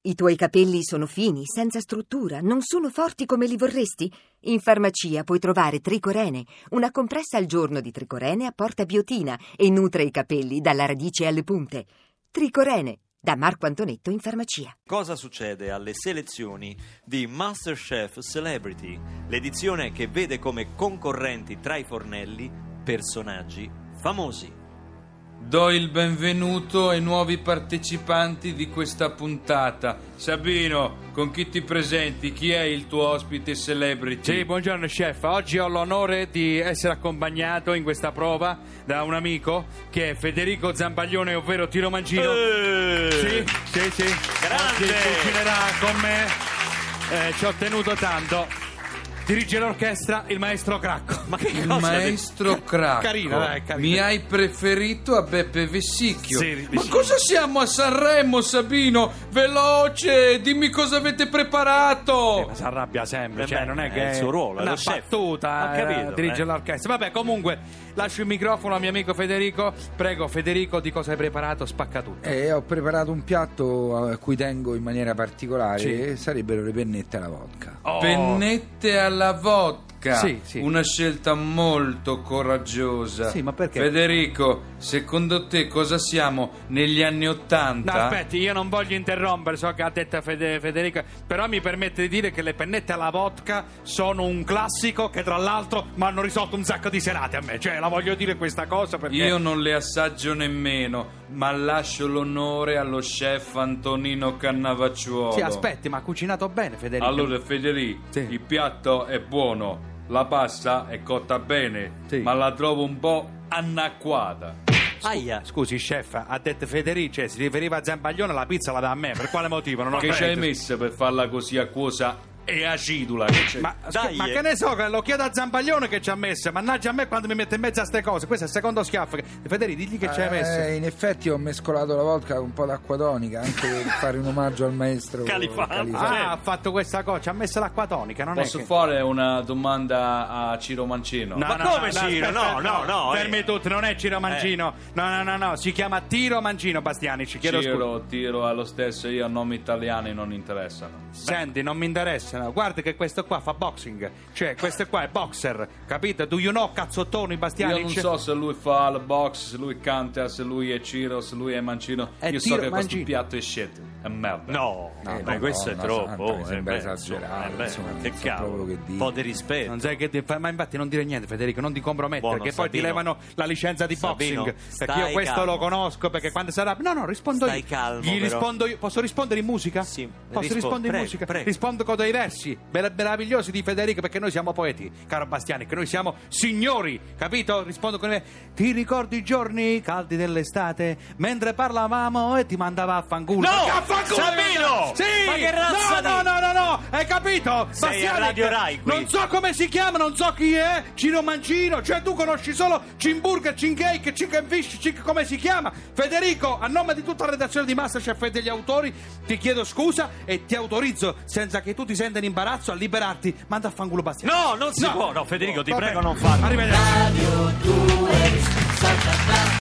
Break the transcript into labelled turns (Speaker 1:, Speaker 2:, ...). Speaker 1: I tuoi capelli sono fini, senza struttura, non sono forti come li vorresti. In farmacia puoi trovare Tricorene, una compressa al giorno di Tricorene apporta biotina e nutre i capelli dalla radice alle punte. Tricorene, da Marco Antonetto in farmacia.
Speaker 2: Cosa succede alle selezioni di Masterchef Celebrity, l'edizione che vede come concorrenti tra i fornelli personaggi famosi?
Speaker 3: Do il benvenuto ai nuovi partecipanti di questa puntata. Sabino, con chi ti presenti? Chi è il tuo ospite celebrity?
Speaker 4: Sì, buongiorno chef. Oggi ho l'onore di essere accompagnato in questa prova da un amico che è Federico Zambaglione, ovvero Tiro Mangino.
Speaker 2: Eh,
Speaker 4: Sì, sì, sì.
Speaker 2: Grande!
Speaker 4: Oggi cucinerà con me. Eh, ci ho tenuto tanto. Dirige l'orchestra il maestro Cracco.
Speaker 2: Ma che
Speaker 3: Il
Speaker 2: cosa
Speaker 3: maestro Cracco
Speaker 4: carino, dai, carino.
Speaker 3: mi hai preferito a Beppe Vessicchio.
Speaker 4: Sì,
Speaker 3: Ma
Speaker 4: vicino.
Speaker 3: cosa siamo a Sanremo, Sabino? Veloce, dimmi cosa avete preparato.
Speaker 4: Eh, Ma si arrabbia sempre,
Speaker 2: Oh. Eh
Speaker 4: cioè
Speaker 2: beh,
Speaker 4: non è
Speaker 2: è
Speaker 4: che
Speaker 2: il suo ruolo, è
Speaker 4: una
Speaker 2: lo chef.
Speaker 4: battuta,
Speaker 2: Ho
Speaker 4: eh,
Speaker 2: capito,
Speaker 4: dirige
Speaker 2: eh.
Speaker 4: l'orchestra. Vabbè, comunque lascio il microfono al mio amico Federico. Prego Federico, di cosa hai preparato? Spacca tutto.
Speaker 5: Eh, ho preparato un piatto a cui tengo in maniera particolare,
Speaker 4: Sì.
Speaker 5: sarebbero le pennette alla vodka.
Speaker 4: Oh,
Speaker 3: Pennette alla vodka.
Speaker 4: Sì, sì.
Speaker 3: Una scelta molto coraggiosa.
Speaker 4: Sì, ma perché?
Speaker 3: Federico, secondo te cosa siamo negli anni
Speaker 4: No,
Speaker 3: Ottanta?
Speaker 4: aspetti, io non voglio interrompere, so che ha detto Fede- Federico, però mi permette di dire che le pennette alla vodka sono un classico che tra l'altro mi hanno risolto un sacco di serate a me, cioè la voglio dire questa cosa perché...
Speaker 3: Io non le assaggio nemmeno, ma lascio l'onore allo chef Antonino Cannavacciuolo.
Speaker 4: Sì, aspetti, ma ha cucinato bene Federico.
Speaker 3: Allora, Federico,
Speaker 4: Sì.
Speaker 3: il piatto è buono, la pasta è cotta bene,
Speaker 4: Sì.
Speaker 3: ma la trovo un po' anacquata.
Speaker 2: Aia.
Speaker 4: Scusi, chef, ha detto Federico, cioè, si riferiva a Zambaglione, la pizza la dà a me, per quale motivo? Non ho
Speaker 3: che ci hai
Speaker 4: capito.
Speaker 3: messo per farla così acquosa e acidula? Che c'è?
Speaker 4: Ma, scu-
Speaker 2: Dai,
Speaker 4: ma
Speaker 2: eh.
Speaker 4: che ne so, che lo chiedo a Zambaglione che ci ha messo. Mannaggia a me quando mi mette in mezzo a ste cose. Questo è il secondo schiaffo. che- Federico, digli che ci hai
Speaker 5: Eh,
Speaker 4: messo.
Speaker 5: in effetti ho mescolato la vodka con un po' d'acqua tonica, anche per fare un omaggio al maestro
Speaker 2: Califano.
Speaker 5: Califano.
Speaker 4: Ah, ha fatto questa cosa, ci ha messo l'acqua tonica, non
Speaker 3: Posso
Speaker 4: è che...
Speaker 3: fare una domanda a Ciro Mancino?
Speaker 4: No,
Speaker 2: Ma
Speaker 4: no,
Speaker 2: come
Speaker 4: no,
Speaker 2: Ciro?
Speaker 4: aspetta,
Speaker 2: No, no, no, eh.
Speaker 4: Fermi tutti, non è Ciro Mangino.
Speaker 3: Eh.
Speaker 4: No, no, no, no, si chiama Tiro Mangino Bastiani, ci chiedo scusa.
Speaker 3: Ciro, tiro allo stesso, io nomi italiani non interessano.
Speaker 4: Senti, non mi interessano. Guarda che questo qua fa boxing. Cioè, questo qua è boxer, capito? Do you know cazzottoni Bastiani?
Speaker 3: Io non so se lui fa il box, se lui canta, se lui è Ciro, se lui è Mancino.
Speaker 4: È
Speaker 3: io so
Speaker 4: Ciro
Speaker 3: che
Speaker 4: Mancino.
Speaker 3: questo piatto è shit, è merda.
Speaker 2: No, eh,
Speaker 5: No,
Speaker 2: beh,
Speaker 5: no,
Speaker 2: questo è
Speaker 5: no,
Speaker 2: troppo.
Speaker 5: Santa, mi
Speaker 2: eh,
Speaker 5: sembra
Speaker 2: beh, insomma,
Speaker 5: esagerato,
Speaker 2: eh, beh,
Speaker 5: insomma,
Speaker 2: che
Speaker 5: non so
Speaker 2: cavolo.
Speaker 5: proprio che
Speaker 2: Un
Speaker 5: dire.
Speaker 2: po' di rispetto.
Speaker 4: Non sai che ti fa, ma infatti non dire niente, Federico, non ti compromettere,
Speaker 2: Certo. Buono,
Speaker 4: che poi ti
Speaker 2: Sabino.
Speaker 4: levano la licenza di
Speaker 2: Sabino,
Speaker 4: boxing. Perché
Speaker 2: stai
Speaker 4: io questo
Speaker 2: calmo.
Speaker 4: lo conosco, perché quando sarà. No, no, rispondo
Speaker 2: Stai
Speaker 4: io.
Speaker 2: calmo, però.
Speaker 4: Gli rispondo io. Posso rispondere in musica?
Speaker 2: Sì,
Speaker 4: Posso
Speaker 2: rispondi,
Speaker 4: rispondere in
Speaker 2: prego,
Speaker 4: musica?
Speaker 2: prego.
Speaker 4: Rispondo con dei versi mer- meravigliosi di Federico, perché noi siamo poeti, caro Bastiani, che noi siamo signori, capito? Rispondo con. Ti ricordi i giorni caldi dell'estate? Mentre parlavamo e ti mandava a fanculo.
Speaker 2: No!
Speaker 4: Perché a fanculo mi
Speaker 2: Sabino!
Speaker 4: mandava- Sì!
Speaker 2: Ma che razza
Speaker 4: no, no,
Speaker 2: di-
Speaker 4: no, no, no! Hai capito?
Speaker 2: Sei a
Speaker 4: Bastiani,
Speaker 2: Radio
Speaker 4: che-
Speaker 2: Rai qui.
Speaker 4: Non so come si chiama, non so chi è, Ciro Mancino, cioè tu conosci solo Cimburger, Cincake, Chicken Fish, Cin- come si chiama? Federico, a nome di tutta la redazione di Masterchef e degli autori, ti chiedo scusa e ti autorizzo, senza che tu ti senta in imbarazzo, a liberarti. Manda a fanculo Bastiano.
Speaker 2: No, non si
Speaker 4: No.
Speaker 2: può. No, Federico, ti
Speaker 4: Vabbè.
Speaker 2: prego non farlo.
Speaker 4: Arrivederci.
Speaker 6: Radio 2